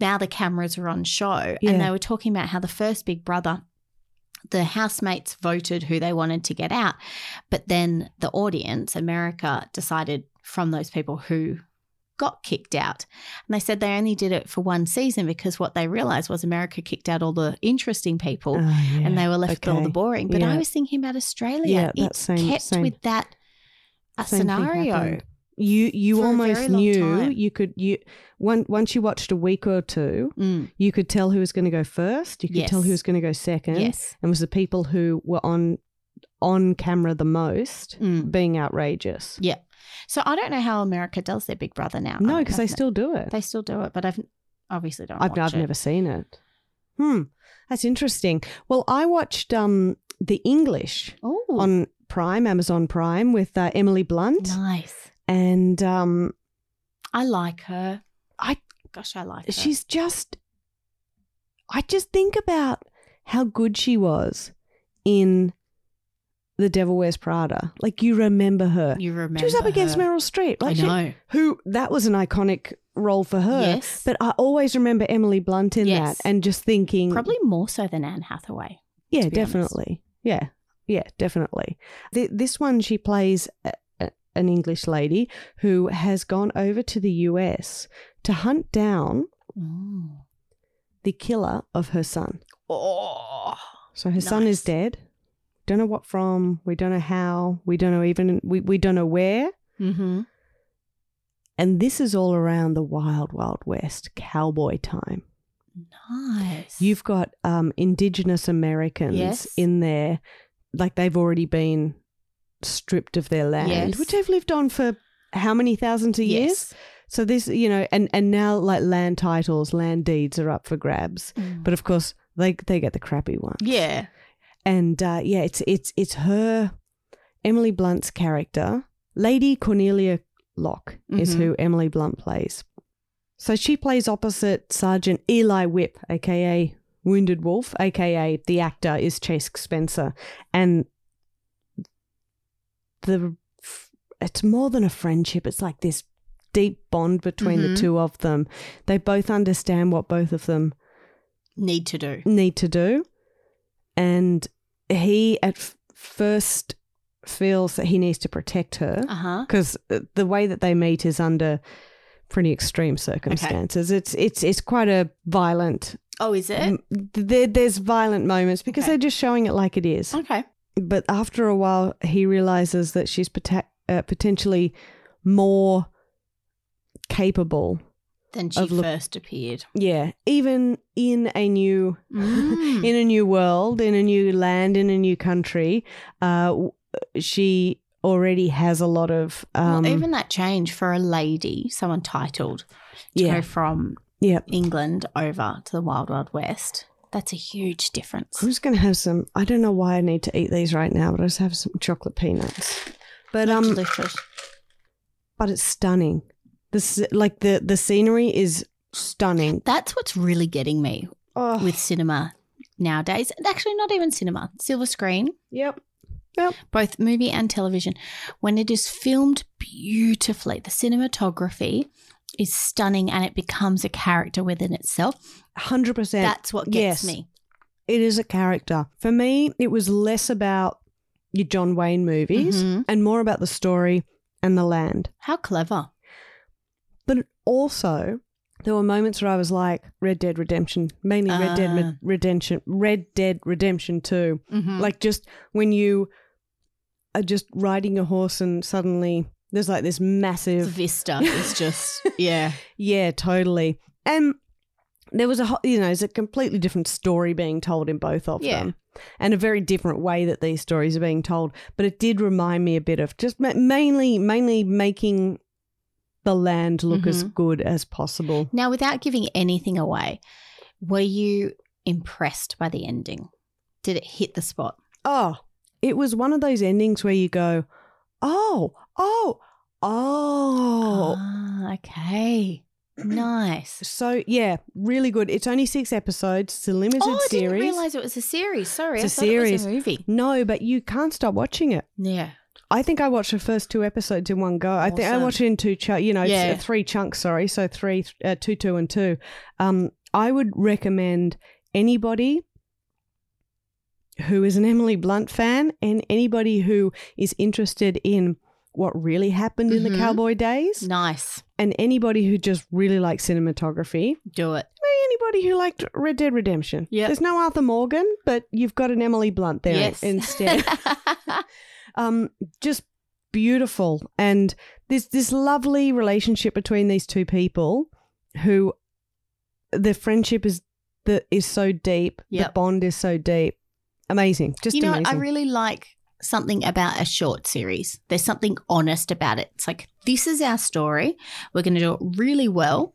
Speaker 3: now the cameras are on show.
Speaker 2: Yeah.
Speaker 3: And they were talking about how the first Big Brother, the housemates voted who they wanted to get out. But then the audience, America, decided from those people who got kicked out. And they said they only did it for one season because what they realized was America kicked out all the interesting people.
Speaker 2: Oh, yeah.
Speaker 3: And they were left with all the
Speaker 2: Okay.
Speaker 3: boring. But I
Speaker 2: Yeah.
Speaker 3: was thinking about Australia.
Speaker 2: Yeah, that
Speaker 3: it
Speaker 2: same-
Speaker 3: kept
Speaker 2: same-
Speaker 3: with that a
Speaker 2: Same thing
Speaker 3: scenario.
Speaker 2: happened. you you
Speaker 3: for a very
Speaker 2: almost
Speaker 3: long
Speaker 2: knew
Speaker 3: time.
Speaker 2: you could you one, once you watched a week or two,
Speaker 3: Mm,
Speaker 2: you could tell who was going to go first. You could tell
Speaker 3: Yes.
Speaker 2: who was going to go second.
Speaker 3: yes.
Speaker 2: and was the people who were on on camera the most
Speaker 3: Mm.
Speaker 2: being outrageous.
Speaker 3: So I don't know how America does their Big Brother now.
Speaker 2: No,
Speaker 3: I
Speaker 2: because they
Speaker 3: haven't-
Speaker 2: still do it.
Speaker 3: they still do it, but I've obviously don't.
Speaker 2: I've, I've
Speaker 3: watch it.
Speaker 2: never seen it. Hmm. That's interesting. Well, I watched um, The English
Speaker 3: Oh,
Speaker 2: on Prime, Amazon Prime, with uh, Emily Blunt.
Speaker 3: nice.
Speaker 2: And um,
Speaker 3: I like her.
Speaker 2: I-
Speaker 3: gosh, I like her.
Speaker 2: she's just, I just think about how good she was in The Devil Wears Prada. Like, you remember her.
Speaker 3: you remember
Speaker 2: she was up against
Speaker 3: her.
Speaker 2: Meryl Streep. Like
Speaker 3: I
Speaker 2: she-
Speaker 3: know.
Speaker 2: who, that was an iconic role for her.
Speaker 3: Yes, but
Speaker 2: But I always remember Emily Blunt in
Speaker 3: Yes.
Speaker 2: that and just thinking.
Speaker 3: probably more so than Anne Hathaway.
Speaker 2: Yeah,
Speaker 3: to be honest.
Speaker 2: definitely. Yeah, yeah, definitely. Th this one, she plays a, a- an English lady who has gone over to the US to hunt down
Speaker 3: Mm.
Speaker 2: the killer of her son.
Speaker 3: Oh,
Speaker 2: So her son is
Speaker 3: Nice.
Speaker 2: dead. Don't know what from. We don't know how. We don't know even. We, we don't know where.
Speaker 3: mm-hmm.
Speaker 2: And this is all around the wild, wild west, cowboy time.
Speaker 3: nice.
Speaker 2: You've got um, Indigenous Americans
Speaker 3: Yes.
Speaker 2: in there, like they've already been stripped of their land,
Speaker 3: Yes.
Speaker 2: which they've lived on for how many thousands of years?
Speaker 3: yes,
Speaker 2: So this, you know, and and now like land titles, land deeds are up for grabs,
Speaker 3: Mm.
Speaker 2: but of course they they get the crappy ones.
Speaker 3: yeah,
Speaker 2: and uh, yeah, it's it's it's her Emily Blunt's character, Lady Cornelia Locke, is
Speaker 3: Mhm.
Speaker 2: who Emily Blunt plays. So she plays opposite Sergeant Eli Whip, aka Wounded Wolf, aka the actor is Chase Spencer, and the it's more than a friendship. It's like this deep bond between the
Speaker 3: Mhm.
Speaker 2: two of them. They both understand what both of them
Speaker 3: need to do.
Speaker 2: need to do. And he at f- first feels that he needs to protect her
Speaker 3: Uh huh.
Speaker 2: because the way that they meet is under pretty extreme circumstances. It's it's it's quite a violent.
Speaker 3: Oh, is it?
Speaker 2: m- There, there's violent moments because
Speaker 3: Okay.
Speaker 2: they're just showing it like it is.
Speaker 3: okay.
Speaker 2: But after a while, he realizes that she's pota- uh, potentially more capable.
Speaker 3: Then she
Speaker 2: Of look-
Speaker 3: first appeared.
Speaker 2: Yeah, even in a new
Speaker 3: Mm.
Speaker 2: in a new world, in a new land, in a new country, uh, w- she already has a lot of um,
Speaker 3: well, even that change for a lady, someone titled, to
Speaker 2: yeah,
Speaker 3: go from
Speaker 2: yeah.
Speaker 3: England over to the Wild Wild West, that's a huge difference.
Speaker 2: I'm just gonna have some. I don't know why I need to eat these right now, but I just have some chocolate peanuts. But
Speaker 3: Look
Speaker 2: um,
Speaker 3: delicious.
Speaker 2: but it's stunning. This like the the scenery is stunning.
Speaker 3: That's what's really getting me
Speaker 2: Oh,
Speaker 3: with cinema nowadays. And Actually, not even cinema, silver screen,
Speaker 2: yep.
Speaker 3: both movie and television. When it is filmed beautifully, the cinematography is stunning and it becomes a character within itself.
Speaker 2: Hundred percent.
Speaker 3: That's what
Speaker 2: yes.
Speaker 3: gets me.
Speaker 2: It is a character for me. It was less about your John Wayne movies
Speaker 3: Mhm.
Speaker 2: and more about the story and the land.
Speaker 3: How clever.
Speaker 2: But also, there were moments where I was like, Red Dead Redemption, mainly Red Dead
Speaker 3: Ah.
Speaker 2: Med- Redemption, Red Dead Redemption 2.
Speaker 3: Mhm.
Speaker 2: Like, just when you are just riding your horse and suddenly there's like this
Speaker 3: the
Speaker 2: massive,
Speaker 3: vista is just, yeah.
Speaker 2: yeah, totally. And there was a, ho- you know, it's a completely different story being told in both of
Speaker 3: Yeah.
Speaker 2: them and a very different way that these stories are being told. But it did remind me a bit of just ma- mainly, mainly making the land look as
Speaker 3: Mhm.
Speaker 2: good as possible.
Speaker 3: Now, without giving anything away, were you impressed by the ending? Did it hit the spot?
Speaker 2: Oh, it was one of those endings where you go, oh, oh, oh.
Speaker 3: Ah, okay. nice.
Speaker 2: So yeah, really good. It's only six episodes. It's a limited
Speaker 3: Oh, I didn't
Speaker 2: series.
Speaker 3: realize it was a series. Sorry,
Speaker 2: It's
Speaker 3: I
Speaker 2: a
Speaker 3: thought it was
Speaker 2: series.
Speaker 3: a movie.
Speaker 2: no, but you can't stop watching it.
Speaker 3: Yeah.
Speaker 2: I think I watched the first two episodes in one go. I think I
Speaker 3: Awesome.
Speaker 2: watched it in two, chu- you know,
Speaker 3: Yeah.
Speaker 2: th- three chunks. Sorry, so three, th- uh, two, two, and two. Um, I would recommend anybody who is an Emily Blunt fan and anybody who is interested in what really happened in the
Speaker 3: Mhm.
Speaker 2: cowboy days,
Speaker 3: Nice.
Speaker 2: and anybody who just really likes cinematography.
Speaker 3: Do it.
Speaker 2: Anybody who liked Red Dead Redemption.
Speaker 3: Yeah.
Speaker 2: there's no Arthur Morgan, but you've got an Emily Blunt there
Speaker 3: yes.
Speaker 2: instead um, just beautiful. And there's this lovely relationship between these two people who their friendship is that is so deep. The
Speaker 3: Yep.
Speaker 2: bond is so deep. Amazing. Just
Speaker 3: you know, what?
Speaker 2: amazing.
Speaker 3: I really like something about a short series. There's something honest about it. It's like, this is our story. We're going to do it really well,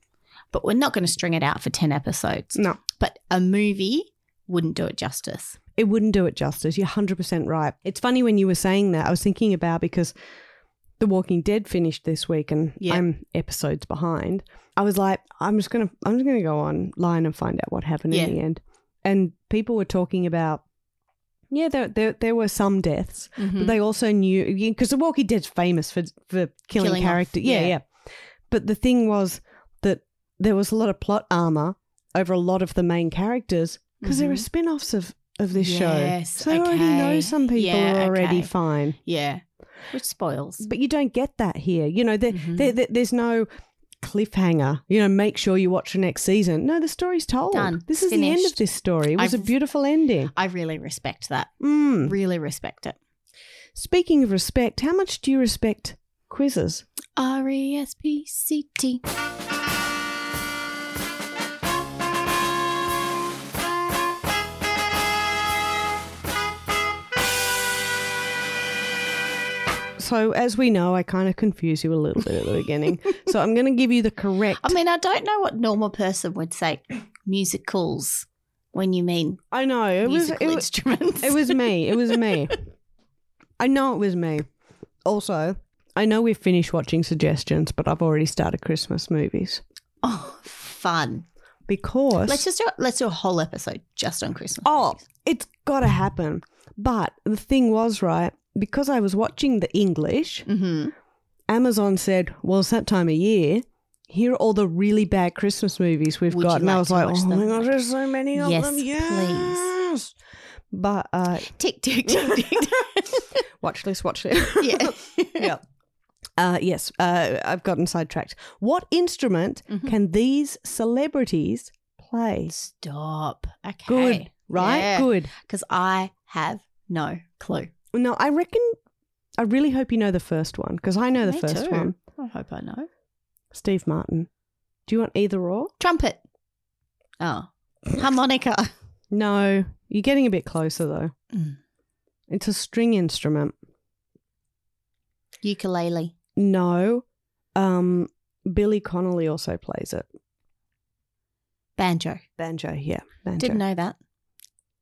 Speaker 3: but we're not going to string it out for 10 episodes.
Speaker 2: No.
Speaker 3: But a movie wouldn't do it justice.
Speaker 2: It wouldn't do it justice. You're 100% right. It's funny when you were saying that, I was thinking about because The Walking Dead finished this week and
Speaker 3: Yeah.
Speaker 2: I'm episodes behind. I was like, I'm just going to I'm just going to go online and find out what happened
Speaker 3: Yeah.
Speaker 2: in the end. And people were talking about yeah, there there, there were some deaths, but
Speaker 3: Hmm.
Speaker 2: they also knew because The Walking Dead's famous for for killing,
Speaker 3: Killing off,
Speaker 2: character. yeah,
Speaker 3: yeah.
Speaker 2: yeah, But the thing was that there was a lot of plot armor over a lot of the main characters because there are
Speaker 3: Mhm.
Speaker 2: spin-offs of of this
Speaker 3: Yes,
Speaker 2: show. So I already
Speaker 3: okay.
Speaker 2: know some people
Speaker 3: Yeah,
Speaker 2: are already
Speaker 3: okay.
Speaker 2: fine,
Speaker 3: Yeah. Which spoils.
Speaker 2: but you don't get that here. You know, there,
Speaker 3: Mhm.
Speaker 2: there, there- there's no cliffhanger. You know, make sure you watch the next season. No, the story's told.
Speaker 3: Done.
Speaker 2: This is the end of
Speaker 3: Finished.
Speaker 2: this story. It was
Speaker 3: I've-
Speaker 2: a beautiful ending.
Speaker 3: I really respect that.
Speaker 2: Mm.
Speaker 3: Really respect it.
Speaker 2: Speaking of respect, how much do you respect quizzes?
Speaker 3: R E S P C T.
Speaker 2: So, as we know, I kind of confuse you a little bit at the beginning. so, I'm going to give you the correct.
Speaker 3: I mean, I don't know what normal person would say musicals when you mean
Speaker 2: I know it was
Speaker 3: musical
Speaker 2: it, was
Speaker 3: instruments.
Speaker 2: it was me. It was me. I know it was me. Also, I know we've finished watching suggestions, but I've already started Christmas movies
Speaker 3: oh, fun.
Speaker 2: because
Speaker 3: Let's just do let's do a whole episode just on Christmas.
Speaker 2: oh, it's got to happen. But the thing was right because I was watching the English.
Speaker 3: Mm-hmm.
Speaker 2: Amazon said, "Well, it's that time of year. Here are all the really bad Christmas movies we've
Speaker 3: Would
Speaker 2: got."
Speaker 3: you
Speaker 2: and I
Speaker 3: like
Speaker 2: was
Speaker 3: to
Speaker 2: like,
Speaker 3: watch
Speaker 2: "Oh my
Speaker 3: them?"
Speaker 2: gosh, there's so many of
Speaker 3: Yes,
Speaker 2: them!"
Speaker 3: please.
Speaker 2: Yes, but uh,
Speaker 3: Tick tick tick tick.
Speaker 2: watch this, watch this.
Speaker 3: yeah.
Speaker 2: yeah. Uh, yes, uh, I've gotten sidetracked. What instrument
Speaker 3: Mhm.
Speaker 2: can these celebrities play?
Speaker 3: Stop. Okay.
Speaker 2: Good, right?
Speaker 3: Yeah.
Speaker 2: Good.
Speaker 3: Because I have no clue.
Speaker 2: No, I reckon. I really hope you know the first one because I know the
Speaker 3: Me
Speaker 2: first
Speaker 3: too.
Speaker 2: one.
Speaker 3: I hope I know.
Speaker 2: Steve Martin. Do you want either or?
Speaker 3: Trumpet. Oh. Harmonica.
Speaker 2: No, you're getting a bit closer though.
Speaker 3: Mm.
Speaker 2: It's a string instrument.
Speaker 3: Ukulele.
Speaker 2: No, um, Billy Connolly also plays it.
Speaker 3: Banjo.
Speaker 2: Banjo, yeah, banjo.
Speaker 3: Didn't know that.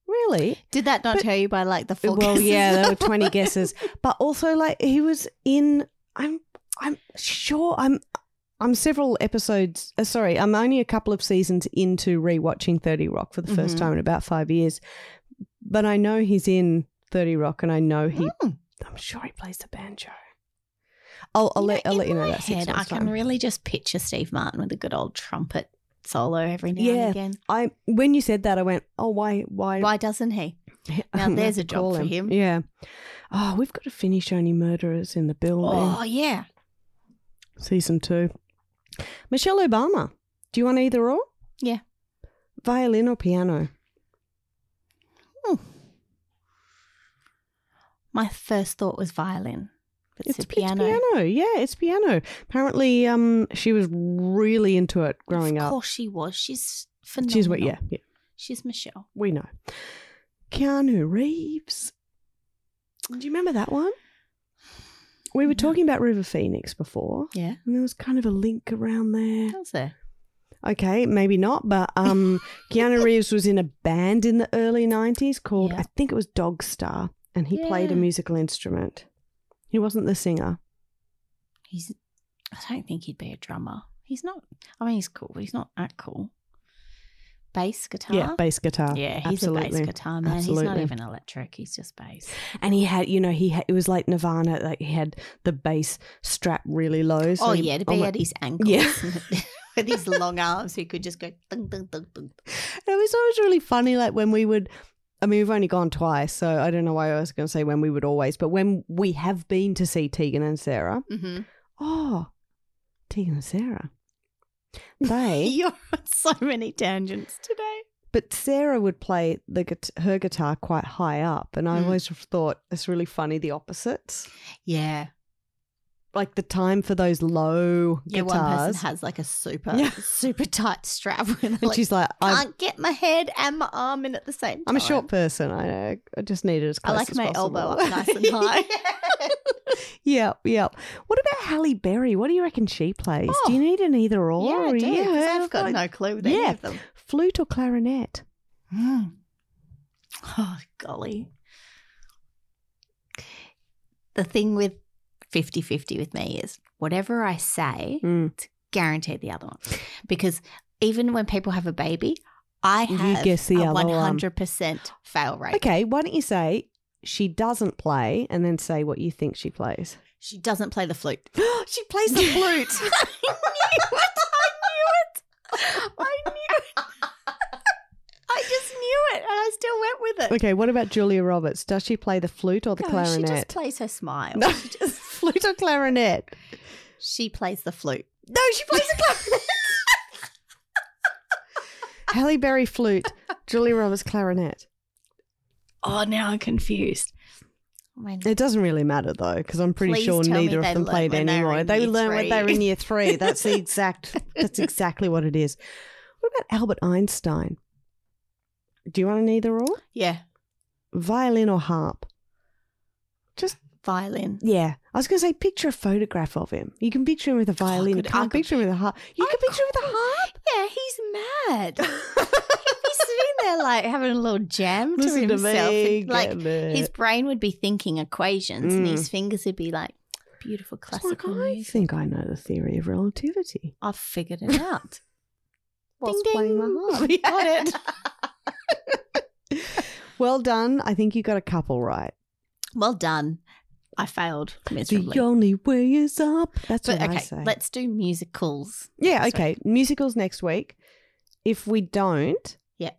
Speaker 2: Really?
Speaker 3: Did that not
Speaker 2: But-
Speaker 3: tell you by like the four
Speaker 2: well,
Speaker 3: guesses?
Speaker 2: yeah, there were twenty guesses, but also like he was in. I'm, I'm sure I'm. I'm several episodes. Uh, sorry, I'm only a couple of seasons into rewatching Thirty Rock for the 1st
Speaker 3: Mhm.
Speaker 2: time in about five years, but I know he's in Thirty Rock, and I know he
Speaker 3: Mm.
Speaker 2: I'm sure he plays the banjo. I'll, I'll,
Speaker 3: You know,
Speaker 2: let, I'll
Speaker 3: in
Speaker 2: let you know
Speaker 3: my
Speaker 2: that. Six
Speaker 3: head, I
Speaker 2: months
Speaker 3: can
Speaker 2: time.
Speaker 3: really just picture Steve Martin with a good old trumpet solo every now
Speaker 2: Yeah.
Speaker 3: and again.
Speaker 2: I when you said that, I went, "Oh, why, why?"
Speaker 3: Why doesn't he? now
Speaker 2: I'm gonna
Speaker 3: there's
Speaker 2: have
Speaker 3: a
Speaker 2: to
Speaker 3: job
Speaker 2: call
Speaker 3: for him.
Speaker 2: Yeah. Oh, we've got to finish only murderers in the building,
Speaker 3: Oh yeah.
Speaker 2: season two. Michelle Obama. Do you want either or?
Speaker 3: Yeah.
Speaker 2: Violin or piano?
Speaker 3: My first thought was violin. But it's, a piano.
Speaker 2: It's piano. Yeah, it's piano. Apparently, um, she was really into it growing
Speaker 3: of
Speaker 2: up.
Speaker 3: course she was. She's phenomenal.
Speaker 2: She's what? Yeah, yeah.
Speaker 3: She's Michelle.
Speaker 2: We know. Keanu Reeves. Do you remember that one? We were
Speaker 3: No.
Speaker 2: talking about River Phoenix before,
Speaker 3: Yeah.
Speaker 2: and there was kind of a link around there.
Speaker 3: How's there?
Speaker 2: Okay, maybe not, but um, Keanu Reeves was in a band in the early 90s called,
Speaker 3: Yeah.
Speaker 2: I think it was Dog Star, and he played a
Speaker 3: Yeah.
Speaker 2: musical instrument. He wasn't the singer.
Speaker 3: He's I don't think he'd be a drummer. He's not I mean he's cool, but he's not that cool. Bass guitar.
Speaker 2: Yeah, bass guitar.
Speaker 3: Yeah, he's a
Speaker 2: absolutely.
Speaker 3: bass guitar man. He's not
Speaker 2: Absolutely.
Speaker 3: even electric. He's just bass.
Speaker 2: And he had, you know, he had, it was like Nirvana, like he had the bass strap really low. So
Speaker 3: oh
Speaker 2: he-
Speaker 3: yeah, to be
Speaker 2: my-
Speaker 3: at his ankles.
Speaker 2: Yeah.
Speaker 3: With his long arms, he could just go dun, dun, dun, dun.
Speaker 2: And it was always really funny, like when we would. I mean, we've only gone twice, so I don't know why I was going to say when we would always, but when we have been to see Tegan and Sarah,
Speaker 3: Mm-hmm.
Speaker 2: oh, Tegan and Sarah, they.
Speaker 3: You're on so many tangents today.
Speaker 2: but Sarah would play the guit- her guitar quite high up, and I
Speaker 3: Mm.
Speaker 2: always thought it's really funny the opposites.
Speaker 3: Yeah.
Speaker 2: like the time for those low
Speaker 3: Yeah, one
Speaker 2: guitars.
Speaker 3: person has like a super,
Speaker 2: Yeah.
Speaker 3: super tight strap. Where they're
Speaker 2: and
Speaker 3: like,
Speaker 2: she's like, I,
Speaker 3: can't get my head and my arm in at the same time.
Speaker 2: I'm a short person. I, I just need it as
Speaker 3: I
Speaker 2: close
Speaker 3: like
Speaker 2: as
Speaker 3: my
Speaker 2: possible.
Speaker 3: elbow up nice and high.
Speaker 2: yeah, yeah. What about Halle Berry? What do you reckon she plays? do you
Speaker 3: Oh.
Speaker 2: need an either or?
Speaker 3: yeah, I do, 'cause
Speaker 2: Yeah,
Speaker 3: I've got no clue with any
Speaker 2: Yeah. Mm.
Speaker 3: of them.
Speaker 2: flute or clarinet.
Speaker 3: Oh, golly. The thing with 50 50 with me is whatever I say,
Speaker 2: Mm.
Speaker 3: guaranteed the other one. Because even when people have a baby, I
Speaker 2: You
Speaker 3: have
Speaker 2: guess the
Speaker 3: a
Speaker 2: other one.
Speaker 3: 100% fail rate.
Speaker 2: Okay, why don't you say she doesn't play, and then say what you think she plays.
Speaker 3: She doesn't play the flute.
Speaker 2: she plays the flute.
Speaker 3: I knew it. I knew it. I knew it. I just knew it, and I still went with it.
Speaker 2: okay, what about Julia Roberts? Does she play the flute or the
Speaker 3: No, She
Speaker 2: clarinet?
Speaker 3: just plays her smile.
Speaker 2: No.
Speaker 3: She, just,
Speaker 2: flute or clarinet?
Speaker 3: she plays the flute.
Speaker 2: No, she plays the clarinet. Halle Berry flute, Julia Roberts clarinet.
Speaker 3: Oh, now I'm confused. When,
Speaker 2: It doesn't really matter though, because I'm pretty
Speaker 3: Please
Speaker 2: sure
Speaker 3: tell me
Speaker 2: neither
Speaker 3: they
Speaker 2: of them
Speaker 3: learnt
Speaker 2: played
Speaker 3: when they were
Speaker 2: anymore.
Speaker 3: in
Speaker 2: They
Speaker 3: year
Speaker 2: learned when they were
Speaker 3: three.
Speaker 2: in year three. That's the exact. that's exactly what it is. What about Albert Einstein? Do you want an either or?
Speaker 3: yeah,
Speaker 2: Violin or harp?
Speaker 3: violin.
Speaker 2: Yeah, I was going to say picture a photograph of him. You can picture him with a violin. you
Speaker 3: could- I
Speaker 2: can't
Speaker 3: could-
Speaker 2: picture him with a harp. You
Speaker 3: Oh, I
Speaker 2: can picture him with a harp.
Speaker 3: Yeah, he's mad. he's sitting there like having a little jam to
Speaker 2: Listen
Speaker 3: himself.
Speaker 2: me,
Speaker 3: and, like
Speaker 2: get me.
Speaker 3: his brain would be thinking equations, and
Speaker 2: Mm.
Speaker 3: his fingers would be like beautiful
Speaker 2: It's
Speaker 3: classical
Speaker 2: like, I
Speaker 3: music.
Speaker 2: think I know the theory of relativity.
Speaker 3: I've figured it out.
Speaker 2: Whilst playing my harp.
Speaker 3: Got it.
Speaker 2: Well done. I think you got a couple right.
Speaker 3: Well done. I failed miserably.
Speaker 2: The only way is up. That's
Speaker 3: but
Speaker 2: what I
Speaker 3: okay,
Speaker 2: say.
Speaker 3: let's do musicals.
Speaker 2: yeah,
Speaker 3: next
Speaker 2: okay. Musicals next week. If we don't,
Speaker 3: Yeah.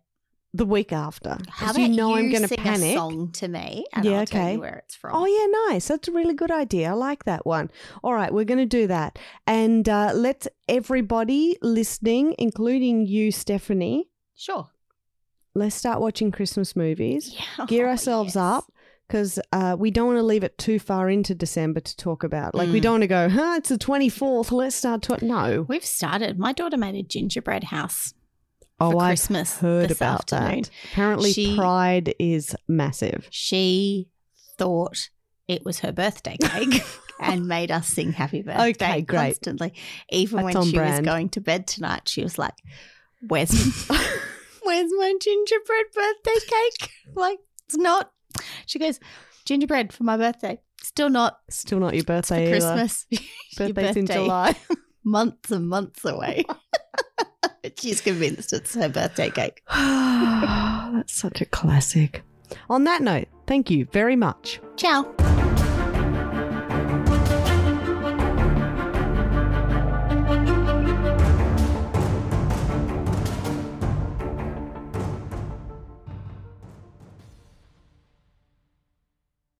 Speaker 2: the week after. 'Cause
Speaker 3: How about
Speaker 2: you know I'm going to
Speaker 3: sing
Speaker 2: panic.
Speaker 3: a song to me and
Speaker 2: Yeah,
Speaker 3: I'll tell
Speaker 2: okay.
Speaker 3: you where it's from.
Speaker 2: Oh, yeah, nice. That's a really good idea. I like that one. All right, we're going to do that. And uh, let's everybody listening, including you, Stephanie,
Speaker 3: Sure.
Speaker 2: let's start watching Christmas movies.
Speaker 3: Yeah.
Speaker 2: Gear
Speaker 3: Oh,
Speaker 2: ourselves
Speaker 3: yes.
Speaker 2: up because uh, we don't want to leave it too far into December to talk about. Like, we
Speaker 3: Mm.
Speaker 2: don't want to go, huh, it's the 24th. Let's start. Tw-. No.
Speaker 3: We've started. My daughter made a gingerbread house
Speaker 2: Oh,
Speaker 3: for
Speaker 2: I've
Speaker 3: Christmas
Speaker 2: heard
Speaker 3: this
Speaker 2: about
Speaker 3: afternoon.
Speaker 2: that. Apparently,
Speaker 3: She-
Speaker 2: pride is massive.
Speaker 3: She thought it was her birthday cake and made us sing happy birthday
Speaker 2: Okay, great.
Speaker 3: constantly. Even
Speaker 2: That's
Speaker 3: when
Speaker 2: on
Speaker 3: she
Speaker 2: brand.
Speaker 3: was going to bed tonight, she was like, Where's Where's my gingerbread birthday cake? Like, it's not. She goes, Gingerbread for my birthday. Still not
Speaker 2: Still not your
Speaker 3: for
Speaker 2: birthday either.
Speaker 3: Christmas. Your
Speaker 2: Birthday's in
Speaker 3: birthday.
Speaker 2: July.
Speaker 3: months and months away. She's convinced it's her birthday cake.
Speaker 2: That's such a classic. On that note, thank you very much.
Speaker 3: Ciao.